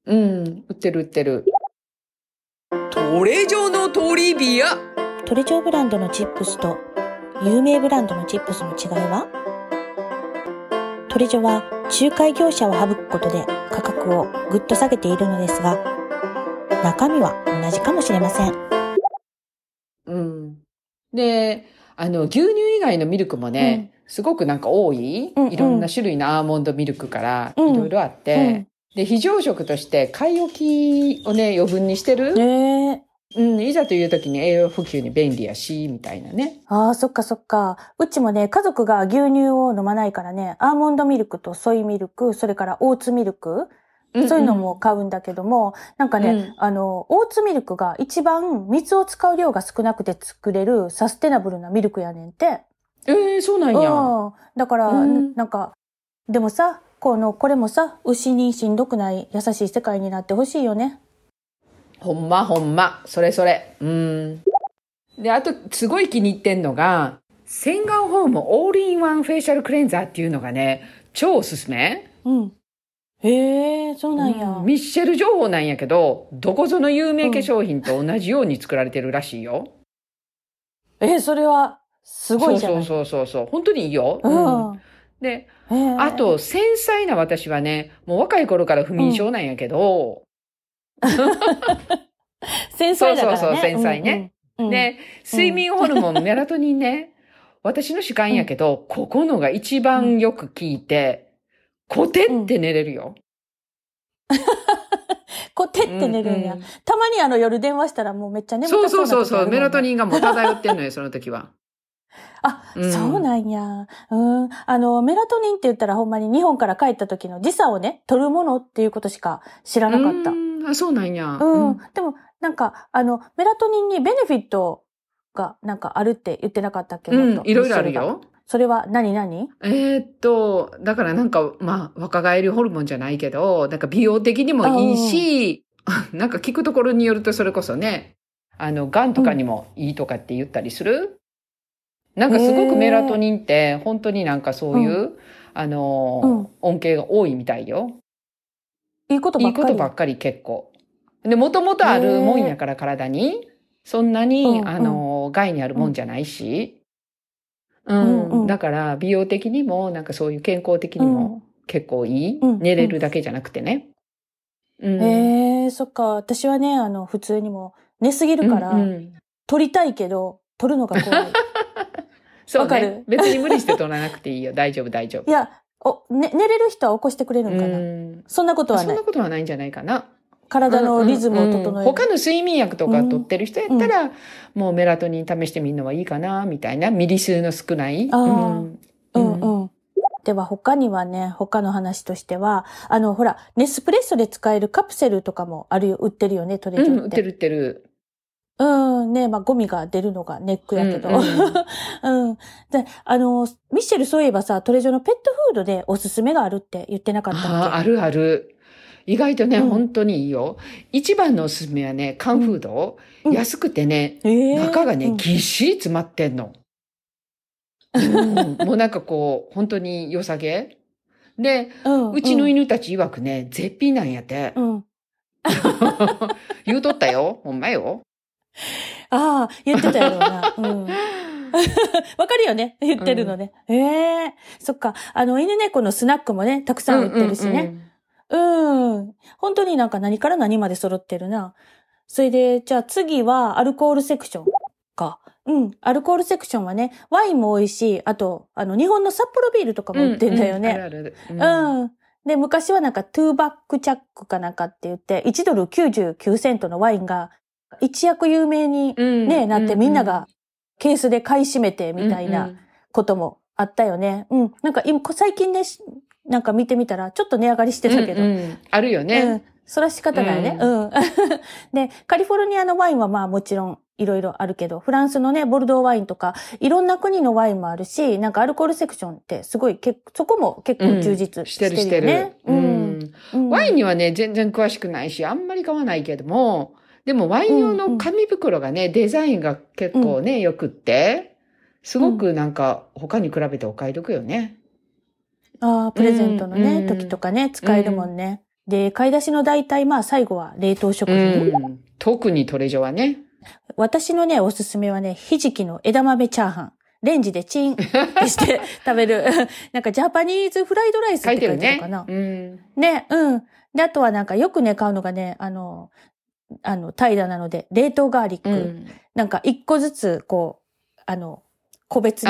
Speaker 1: うん。売ってる売ってる。
Speaker 3: トレジョのトリビア。
Speaker 2: トレジョーブランドのチップスと有名ブランドのチップスの違いはトレジョは仲介業者を省くことで価格をぐっと下げているのですが中身は同じかもしれません
Speaker 1: うん。で、あの、牛乳以外のミルクもね、すごくなんか多い、
Speaker 2: うんうん
Speaker 1: いろんな種類のアーモンドミルクから、い
Speaker 2: うん
Speaker 1: ろいろあって、で、非常食として、買い置きをね、余分にしてる、
Speaker 2: えー、
Speaker 1: うん、いざという時に栄養補給に便利やし、みたいなね。
Speaker 2: ああそっかそっかうちもね家族が牛乳を飲まないからねアーモンドミルクとソイミルクそれからオーツミルクそういうのも買うんだけども、なんかね、
Speaker 1: うん
Speaker 2: あの、オーツミルクが一番水を使う量が少なくて作れるサステナブルなミルクやねんて。
Speaker 1: うんうん。えー、そうな
Speaker 2: うん
Speaker 1: や。
Speaker 2: ん。だから、
Speaker 1: うん
Speaker 2: なんか、でもさ、この、これもさ、牛にしんどくない優しい世界になってほしいよね。
Speaker 1: ほんまほんま。それそれ。うん。で、あと、すごい気に入ってんのが、洗顔ホームオールインワンフェイシャルクレンザーっていうのがね、超おすすめ。
Speaker 2: うん。へえ、そうなんや。
Speaker 1: うんミッシェル情報なんやけど、どこぞの有名化粧品と同じように作られてるらしいよ。
Speaker 2: え、それは、すごいじゃない。
Speaker 1: そうそうそうそう。本当にいいよ。
Speaker 2: うん
Speaker 1: うんで、
Speaker 2: へえ
Speaker 1: あと、繊細な私はね、もう若い頃から不眠症なんやけど、
Speaker 2: 繊細だからね。
Speaker 1: そうそうそう繊細ね
Speaker 2: うんうん。うん、
Speaker 1: で、睡眠ホルモン、メラトニンね、私の主観やけど、ここのが一番よく効いて、コテって寝れるよ。
Speaker 2: こう、てって寝るんや、
Speaker 1: うんうん
Speaker 2: たまにあの夜電話したらもうめっちゃ眠た
Speaker 1: そうそうそう
Speaker 2: な時あ
Speaker 1: そう、
Speaker 2: るもんね
Speaker 1: メラトニンがもう漂ってんのよ、その時は。
Speaker 2: (laughs) あ、
Speaker 1: うん
Speaker 2: そうなんや。うん。あの、メラトニンって言ったらほんまに日本から帰った時の時差をね、取るものっていうことしか知らなかった
Speaker 1: う。ーんあ、そうなんや。
Speaker 2: うん。でも、なんか、あの、メラトニンにベネフィットが、なんかあるって言ってなかったっけ
Speaker 1: う
Speaker 2: なん
Speaker 1: ん
Speaker 2: か、
Speaker 1: いろいろある
Speaker 2: ミッシェルが
Speaker 1: よ。
Speaker 2: それは何何
Speaker 1: えーっと、だからなんか、まあ、若返りホルモンじゃないけど、なんか美容的にもいいし、 (laughs) なんか聞くところによるとそれこそね、あの、癌とかにもいいとかって言ったりする、なんかすごくメラトニンって、本当になんかそういう、あのー、恩恵が多いみたいよ。
Speaker 2: いいことば
Speaker 1: い
Speaker 2: っ
Speaker 1: い
Speaker 2: か
Speaker 1: こ
Speaker 2: り。
Speaker 1: とばっかり結構。で、もともとあるもんやから体に、そんなに、
Speaker 2: うん
Speaker 1: あのー、害にあるもんじゃないし、うんん、
Speaker 2: うん
Speaker 1: だから美容的にも、なんかそういう健康的にも、結構いい、
Speaker 2: うん
Speaker 1: 寝れるだけじゃなくてね。うん
Speaker 2: うん。えー、そっか。私はね、あの、普通にも寝すぎるから、
Speaker 1: うんうん
Speaker 2: 取りたいけど、取るのが
Speaker 1: (laughs)
Speaker 2: 怖い。
Speaker 1: そう
Speaker 2: わか
Speaker 1: ね
Speaker 2: る。
Speaker 1: 別に無理して取らなくていいよ。大丈夫、大丈
Speaker 2: い (laughs)
Speaker 1: 夫。
Speaker 2: や、お、ね、寝れる人は起こしてくれるんかな。
Speaker 1: うん
Speaker 2: そんなことは
Speaker 1: そ
Speaker 2: なんい
Speaker 1: な。ことはないんじゃないかな。
Speaker 2: 体のリズムを整える。
Speaker 1: うんうん他の睡眠薬とか取ってる人やったら、もうメラトニン試してみるのはいいかな、みたいな。ミリ数の少ない。
Speaker 2: あー
Speaker 1: うん
Speaker 2: うんうん。では他にはね、他の話としては、あの、ほら、ネスプレッソで使えるカプセルとかもあるよ、売ってるよね、トレジ
Speaker 1: うん、
Speaker 2: ョ
Speaker 1: 売
Speaker 2: っ
Speaker 1: って
Speaker 2: て。
Speaker 1: る売ってる。
Speaker 2: うん、ね、まあ、ゴミが出るのがネックやけど。
Speaker 1: う
Speaker 2: うんん (laughs) で、あの、ミッシェルそういえばさ、トレジョのペットフードでおすすめがあるって言ってなかったっけ
Speaker 1: ああ、あるある。意外とね、
Speaker 2: うん
Speaker 1: 本当にいいよ。一番のおすすめはね、カンフード。
Speaker 2: うん
Speaker 1: 安くてね、
Speaker 2: ええ
Speaker 1: 中が
Speaker 2: う
Speaker 1: ね、
Speaker 2: ん
Speaker 1: ぎっしり詰まって
Speaker 2: (laughs)
Speaker 1: んの。うんもうなんかこう、本当に良さげ。で、
Speaker 2: うん
Speaker 1: うちの犬たち曰くね、絶品なんやって
Speaker 2: う。ん。
Speaker 1: (laughs) 言うとったよ。ほんまよ。
Speaker 2: ああ、言ってたやろうな。
Speaker 1: (laughs)
Speaker 2: うん。わかるよね言ってるのね。ええそっか。あの、犬猫のスナックもね、たくさん売ってるしね。
Speaker 1: うんうんうん
Speaker 2: うん。本当になんか何から何まで揃ってるな。それで、じゃあ次はアルコールセクションか。うん。アルコールセクションはね、ワインも美味しい。あと、あの、日本の札幌ビールとかも売ってんだよ
Speaker 1: うんうん
Speaker 2: ね。
Speaker 1: あるあ
Speaker 2: う
Speaker 1: る
Speaker 2: ん、で、昔はなんか、トゥーバックチャックかなんかって言って、1ドル99セントのワインが、一躍有名に
Speaker 1: うん
Speaker 2: ね、なってみんながケースで買い占めてみたいな。こともあったよね。うん。なんか今、最近ね、しなんか見てみたら、ちょっと値上がりして
Speaker 1: うんうん
Speaker 2: たけど。
Speaker 1: うんうんあるよ
Speaker 2: う
Speaker 1: ね。
Speaker 2: ん。それは仕方ないね。
Speaker 1: う
Speaker 2: うん。 (laughs) で、カリフォルニアのワインはまあもちろんいろいろあるけど、フランスのね、ボルドーワインとか、いろんな国のワインもあるし、なんかアルコールセクションってすごい、結構そこも結構充実
Speaker 1: し
Speaker 2: してて
Speaker 1: る
Speaker 2: る
Speaker 1: して
Speaker 2: よ
Speaker 1: る
Speaker 2: ね。。
Speaker 1: うん
Speaker 2: うん
Speaker 1: ワインにはね、全然詳しくないし、あんまり買わないけども、でもワイン用の紙袋がね、デザインが結構ね、良くって、すごくなんか他に比べてお買い得よね。
Speaker 2: ああ、プレゼントのね、
Speaker 1: うん
Speaker 2: 時とかね、使えるもんね。で、買い出しの大体まあ最後は冷凍食
Speaker 1: う
Speaker 2: 品。
Speaker 1: ん。特にトレジョはね。
Speaker 2: 私のね、おすすめはね、ひじきの枝豆チャーハン。レンジでチン (laughs) ってして食べる。 (laughs) なんかジャパニーズフライドライスって
Speaker 1: 書
Speaker 2: 書
Speaker 1: い
Speaker 2: いて
Speaker 1: て
Speaker 2: あるの
Speaker 1: るね
Speaker 2: かな。。
Speaker 1: うん。
Speaker 2: ね、うん。で、あとはなんかよくね、買うのがね、あの、あの、怠惰なので、冷凍ガーリック。
Speaker 1: うん。
Speaker 2: なんか一個ずつ、こう、あの、個別に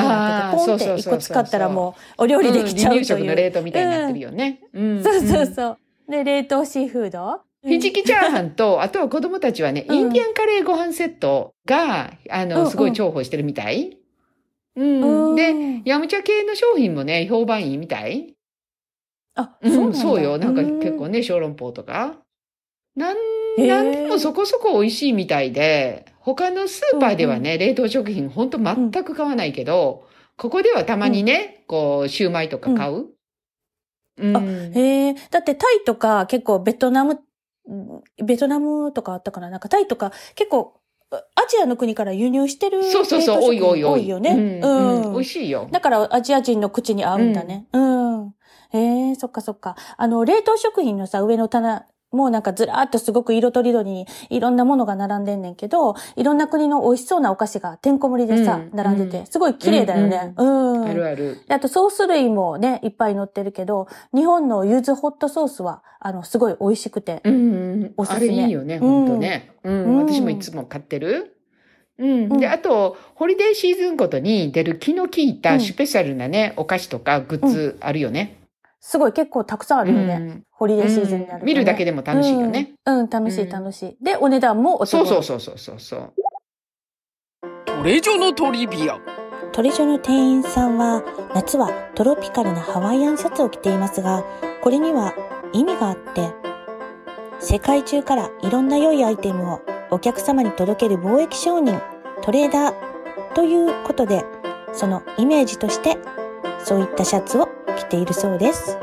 Speaker 2: なっ
Speaker 1: あー
Speaker 2: てて、ポン
Speaker 1: そうそ
Speaker 2: っ
Speaker 1: う
Speaker 2: て
Speaker 1: そ
Speaker 2: 一
Speaker 1: うそう
Speaker 2: 個使ったらもう、お料理できちゃう
Speaker 1: 離
Speaker 2: と
Speaker 1: 乳食
Speaker 2: い
Speaker 1: の
Speaker 2: う。
Speaker 1: 冷凍みたいになってるよね。うん。
Speaker 2: そう (laughs) そう
Speaker 1: うん。
Speaker 2: そう。で、冷凍シーフード
Speaker 1: ひじきチャーハン
Speaker 2: (laughs)
Speaker 1: と、あとは子供たちはね、
Speaker 2: うん
Speaker 1: インディアンカレーご飯セットが、あ
Speaker 2: うんう
Speaker 1: の、
Speaker 2: ん
Speaker 1: すごい重宝してるみたい。
Speaker 2: う
Speaker 1: うんん。で、ヤムチャ系の商品もね、評判いいみたい。
Speaker 2: あ、
Speaker 1: うん、
Speaker 2: そう
Speaker 1: そ
Speaker 2: な
Speaker 1: うん
Speaker 2: だ
Speaker 1: よ。なんか結
Speaker 2: う
Speaker 1: 構
Speaker 2: ん
Speaker 1: ね、小籠包とか。なん、
Speaker 2: へー
Speaker 1: なんでもそこそこ美味しいみたいで、他のスーパーではね、冷凍食品ほんと全く買わないけど、ここではたまにね、こう、シューマイとか買う。うん。
Speaker 2: あへえ、だってタイとか結構ベトナム、うんベトナムとかあったかななんかタイとか結構アジアの国から輸入してる
Speaker 1: そうそうそう、多
Speaker 2: 冷
Speaker 1: い
Speaker 2: 凍
Speaker 1: 多
Speaker 2: 食品
Speaker 1: い多い。
Speaker 2: 多いよね。
Speaker 1: うん。
Speaker 2: う
Speaker 1: うん
Speaker 2: ん
Speaker 1: 美味しいよ。
Speaker 2: だからアジア人の口に合うんだね。うん。ええそっかそっか。あの、冷凍食品のさ、上の棚もうなんかずらーっとすごく色とりどりにいろんなものが並んでんねんけど、いろんな国の美味しそうなお菓子がてんこ盛りでさ、
Speaker 1: うん
Speaker 2: 並んでて、すごい綺麗だよね。うん。
Speaker 1: あるある。
Speaker 2: であとソース類もね、いっぱい載ってるけど、日本の柚子ホットソースは、あの、すごい美味しくて。
Speaker 1: うんうん、
Speaker 2: おすす
Speaker 1: あ
Speaker 2: め
Speaker 1: れいいよね、
Speaker 2: ん
Speaker 1: 本当ね。うん、
Speaker 2: うん
Speaker 1: 私もいつも買ってる。うん、
Speaker 2: うん
Speaker 1: で、あと、ホリデーシーズンごとに出る気の利いうた
Speaker 2: ん
Speaker 1: スペシャルなね、お菓子とかグッズあるよね。
Speaker 2: すごい結構たくさんあるよね。
Speaker 1: うん
Speaker 2: ホリデーシーズンになると、
Speaker 1: 見るだけでも楽しいよね。
Speaker 2: うん。うん、楽し
Speaker 1: う
Speaker 2: い
Speaker 1: ん
Speaker 2: 楽しい。で、お値段もお手
Speaker 1: そ
Speaker 2: 頃
Speaker 1: うそうそうそうそうそう。
Speaker 3: トレジョのトリビア
Speaker 2: トレジョの店員さんは、夏はトロピカルなハワイアンシャツを着ていますが、これには意味があって、世界中からいろんな良いアイテムをお客様に届ける貿易商人、トレーダーということで、そのイメージとして、そういったシャツを着ているそうです。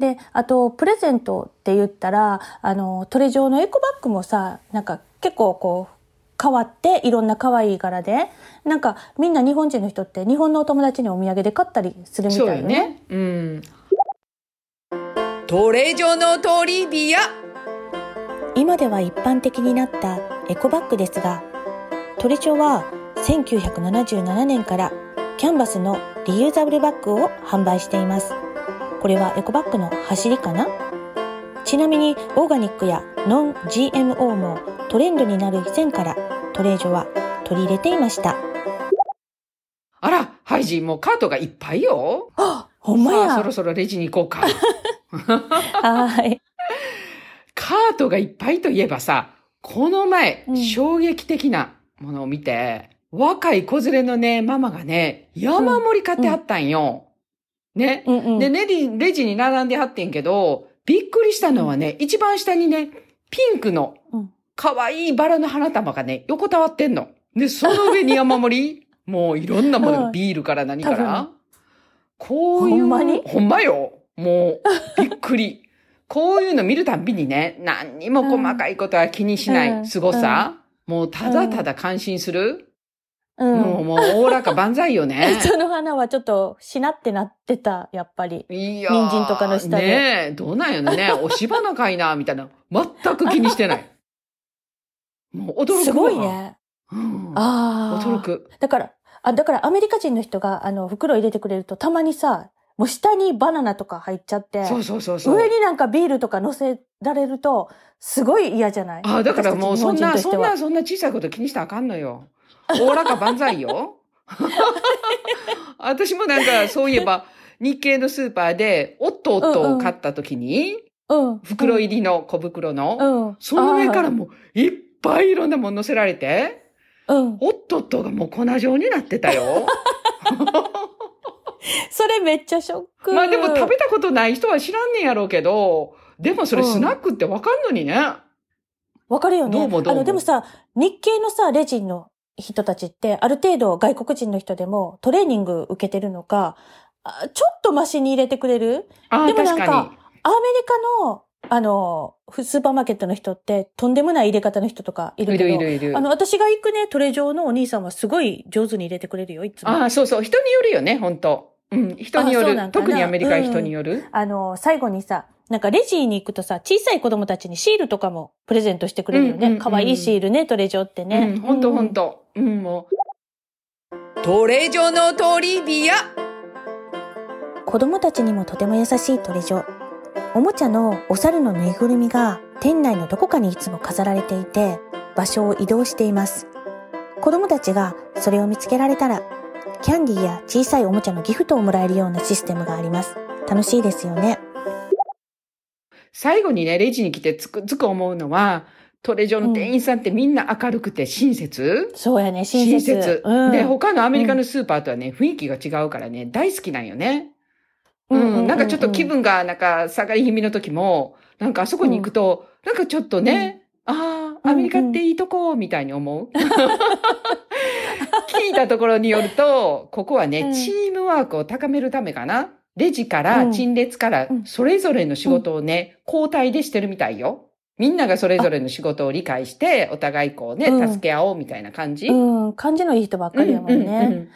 Speaker 2: で、あと、プレゼントって言ったら、あの、トレジョのエコバッグもさ、なんか結構こう、変わっていろんな可愛い柄でなんかみんな日本人の人って日本のお友達にお土産で買ったりするみた
Speaker 1: そ
Speaker 2: いうよ
Speaker 1: よ
Speaker 2: ね
Speaker 1: ね。うん。トレジョのトリビア。
Speaker 2: 今では一般的になったエコバッグですがトレチョは1977年からキャンバスのリユーザブルバッグを販売していますこれはエコバッグの走りかなちなみにオーガニックやノン GMO もトレンドになる以前からトレージョは取り入れていました
Speaker 1: あら、ハイジもうカートがいっぱいよ。
Speaker 2: ほんま
Speaker 1: さあ
Speaker 2: や
Speaker 1: そろそろレジに行こうか。
Speaker 2: (laughs) はい
Speaker 1: カートがいっぱいといえばさ、この前、
Speaker 2: うん
Speaker 1: 衝撃的なものを見て、若い子連れのね、ママがね、山盛り買ってはったんよ。ね。
Speaker 2: うんうん
Speaker 1: で、レジ、レジに並んではってんけど、びっくりしたのはね、一番下にね、ピンクの
Speaker 2: うん、
Speaker 1: 可愛いバラの花束がね、横たわってんの。で、その上に山盛
Speaker 2: (laughs)
Speaker 1: りもういろんなもの
Speaker 2: う
Speaker 1: が、
Speaker 2: ん
Speaker 1: ビールから何か
Speaker 2: 多
Speaker 1: ら。こういう。
Speaker 2: ほんまに
Speaker 1: ほんまよ。も
Speaker 2: (laughs)
Speaker 1: う、びっくり。こういうの見るたんびにね、何にも細かいことは気にしな
Speaker 2: うん
Speaker 1: い凄さ。もう、ただただ感心す
Speaker 2: う
Speaker 1: る。
Speaker 2: ん (laughs)
Speaker 1: もう、もう、おおらか万歳よね。
Speaker 2: その花はちょっとしなってなってた、やっぱり。
Speaker 1: いやー
Speaker 2: 人参とかの下で
Speaker 1: ねえ、どうなんやろ
Speaker 2: (laughs)
Speaker 1: ね。お芝のかいな、みたいな。全く気にしてない。もう、驚くわ
Speaker 2: すごい。ね。
Speaker 1: うん、
Speaker 2: ああ。
Speaker 1: 驚く。
Speaker 2: だから、あ、だからアメリカ人の人が、あの、袋入れてくれると、たまにさ、もう下にバナナとか入っちゃって、
Speaker 1: そうそうそうそう。
Speaker 2: 上になんかビールとか乗せられると、すごい嫌じゃない
Speaker 1: ああ、だからもう、そんな、
Speaker 2: 私たち
Speaker 1: そ
Speaker 2: 日
Speaker 1: ん
Speaker 2: 本人と
Speaker 1: な、そんな小さいこと気にしたらあかんのよ。おおらか万歳
Speaker 2: (laughs)
Speaker 1: よ。私もなんか、そういえば、日系のスーパーで、おっとおっとを買った時に、
Speaker 2: してはうん。
Speaker 1: 袋入りの小袋の、
Speaker 2: うん。うん。
Speaker 1: その上から
Speaker 2: あ
Speaker 1: もう、いっぱいいろんなもの乗せられて、
Speaker 2: ー。うん。
Speaker 1: おっとっとがもう粉状になってた
Speaker 2: (laughs)
Speaker 1: よ。
Speaker 2: それめっちゃショック。
Speaker 1: まあでも食べたことない人は知らんねんやろうけど、でもそれスナックってわかんのにね。
Speaker 2: わかるよね。
Speaker 1: どうもどうも
Speaker 2: あの、でもさ、日系のさ、レジンの人たちって、ある程度外国人の人でもトレーニング受けてるのか、あちょっとマシに入れてくれる
Speaker 1: ああ、
Speaker 2: でもなん
Speaker 1: 確
Speaker 2: か
Speaker 1: か
Speaker 2: アメリカの、あの、ふスーパーマーケットの人って、とんでもない入れ方の人とかい
Speaker 1: に。
Speaker 2: る
Speaker 1: い
Speaker 2: けど。
Speaker 1: るいるいる
Speaker 2: あ。の、私が行くね、トレジョーのお兄さんはすごい上手に入れてくれるよ、いつも。
Speaker 1: ああ、そうそう。人によるよね、本当うん、人によ
Speaker 2: あそう
Speaker 1: る
Speaker 2: な。んかな
Speaker 1: 特にアメリカは人による。
Speaker 2: あの、最後にさ、なんかレジに行くとさ、小さい子供たちにシールとかもプレゼントしてくれるよ
Speaker 1: うんうん
Speaker 2: ね。
Speaker 1: うん
Speaker 2: 可、愛、いシールね、トレジョーって
Speaker 1: う
Speaker 2: ね。
Speaker 1: ん、本当本当うん、もう。トレジョのトリビア。
Speaker 2: 子供たちにもとても優しいトレジョ。おもちゃのお猿のぬいぐるみが店内のどこかにいつも飾られていて、場所を移動しています。子供たちがそれを見つけられたら、キャンディーや小さいおもちゃのギフトをもらえるようなシステムがあります。楽しいですよね。
Speaker 1: 最後にね、レジに来てつくづく思うのは、トレジョの店員さんってみんな明るくて親切、
Speaker 2: そうやね、
Speaker 1: 親切。で、他のアメリカのスーパーとはね、雰囲気が違うからね、大好きなんよね。うん。なんかちょっと気分が、なんか下がり気味の時も、なんかあそこに行くと、なんかちょっとね、ああ、アメリカっていいとこ、みたいに思う。 (laughs) 聞いたところによると、ここはね、
Speaker 2: うん
Speaker 1: チームワークを高めるためかな。レジか
Speaker 2: う
Speaker 1: ら、
Speaker 2: ん
Speaker 1: 陳列から
Speaker 2: う、ん
Speaker 1: それぞれの仕事をね、交代でしてるみたいよ。みんながそれぞれの仕事を理解して、お互いこうね、
Speaker 2: うん
Speaker 1: 助け合おうみたいな感じ。
Speaker 2: うん、感じのいい人ばっかりやもんね。
Speaker 1: うんうんうん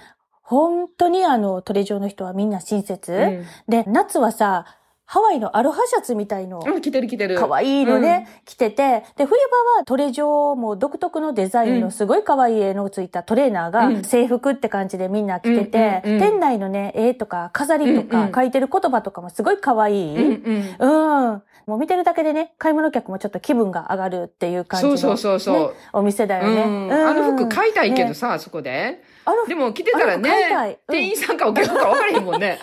Speaker 2: 本当にあの、トレジョの人はみんな親切。
Speaker 1: うん
Speaker 2: で、夏はさ、ハワイのアロハシャツみたいの
Speaker 1: うん、着てる着てる。
Speaker 2: 可愛いのね、着てて、で、冬場はトレジョも独特のデザイン
Speaker 1: うん
Speaker 2: のすごい可愛い絵のついたトレーナー
Speaker 1: う
Speaker 2: が
Speaker 1: ん
Speaker 2: 制服って感じでみんな着てて、
Speaker 1: うんうんうん
Speaker 2: 店内のね、絵とか飾りと
Speaker 1: うん
Speaker 2: か
Speaker 1: うん
Speaker 2: 書いてる言葉とかもすごい可愛い。
Speaker 1: う
Speaker 2: うんん、
Speaker 1: うん。
Speaker 2: もう見てるだけでね、買い物客もちょっと気分が上がるっていう感じ
Speaker 1: そ
Speaker 2: の、
Speaker 1: うそうそうそう。
Speaker 2: ねお店だよね。
Speaker 1: うん
Speaker 2: うん
Speaker 1: あの服買いたいけどさ、そこで。
Speaker 2: あの
Speaker 1: でも着てたらね
Speaker 2: あの服買いたいうん、
Speaker 1: 店員さんかお客か分からへんも
Speaker 2: (laughs)
Speaker 1: んね。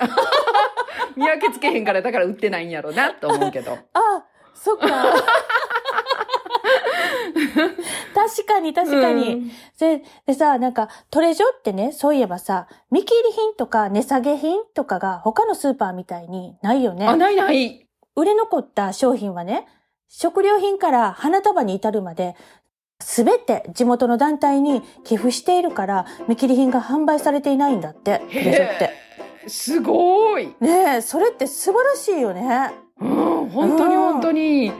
Speaker 1: 見分けつけへんから、だから売ってないんやろうなと思うけど。
Speaker 2: あ、そっ
Speaker 1: (laughs)
Speaker 2: か。確かに確かに、
Speaker 1: うん
Speaker 2: で。でさ、なんかトレジョってね、そういえばさ、見切り品とか値下げ品とかが他のスーパーみたいにないよ
Speaker 1: あ、
Speaker 2: ね。
Speaker 1: ないない。
Speaker 2: 売れ残った商品はね、食料品から花束に至るまで、すべて地元の団体に寄付しているから、見切り品が販売されていないんだって、トレジョって。
Speaker 1: え。すごい。
Speaker 2: ねえ、それって素晴らしいよね。
Speaker 1: うん、本当に
Speaker 2: うん
Speaker 1: 本当に。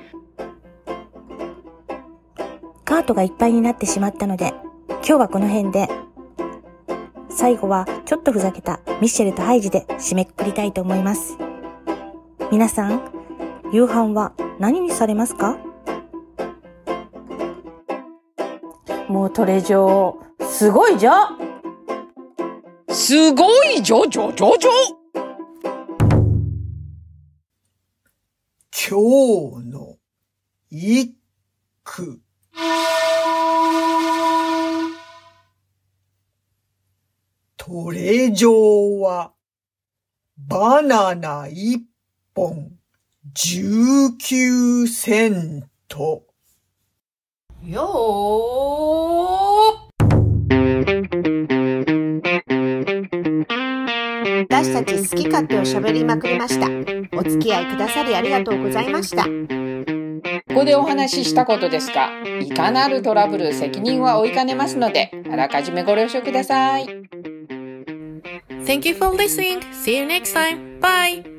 Speaker 2: カートがいっぱいになってしまったので、今日はこの辺で。最後はちょっとふざけたミッシェルとハイジで締めくくりたいと思います。皆さん、夕飯は何にされますかもうトレジョー、すごいじゃん
Speaker 3: すごいジョジョジョジョ
Speaker 4: 今日の一句。トレジョはバナナ一本19セント。
Speaker 3: よ
Speaker 5: 私たち好き勝手を喋りまくりました。お付き合いくださりありがとうございました。
Speaker 1: ここでお話ししたことですが、いかなるトラブル責任は負いかねますので、あらかじめご了承ください。
Speaker 6: Thank you for listening. See you next time. Bye.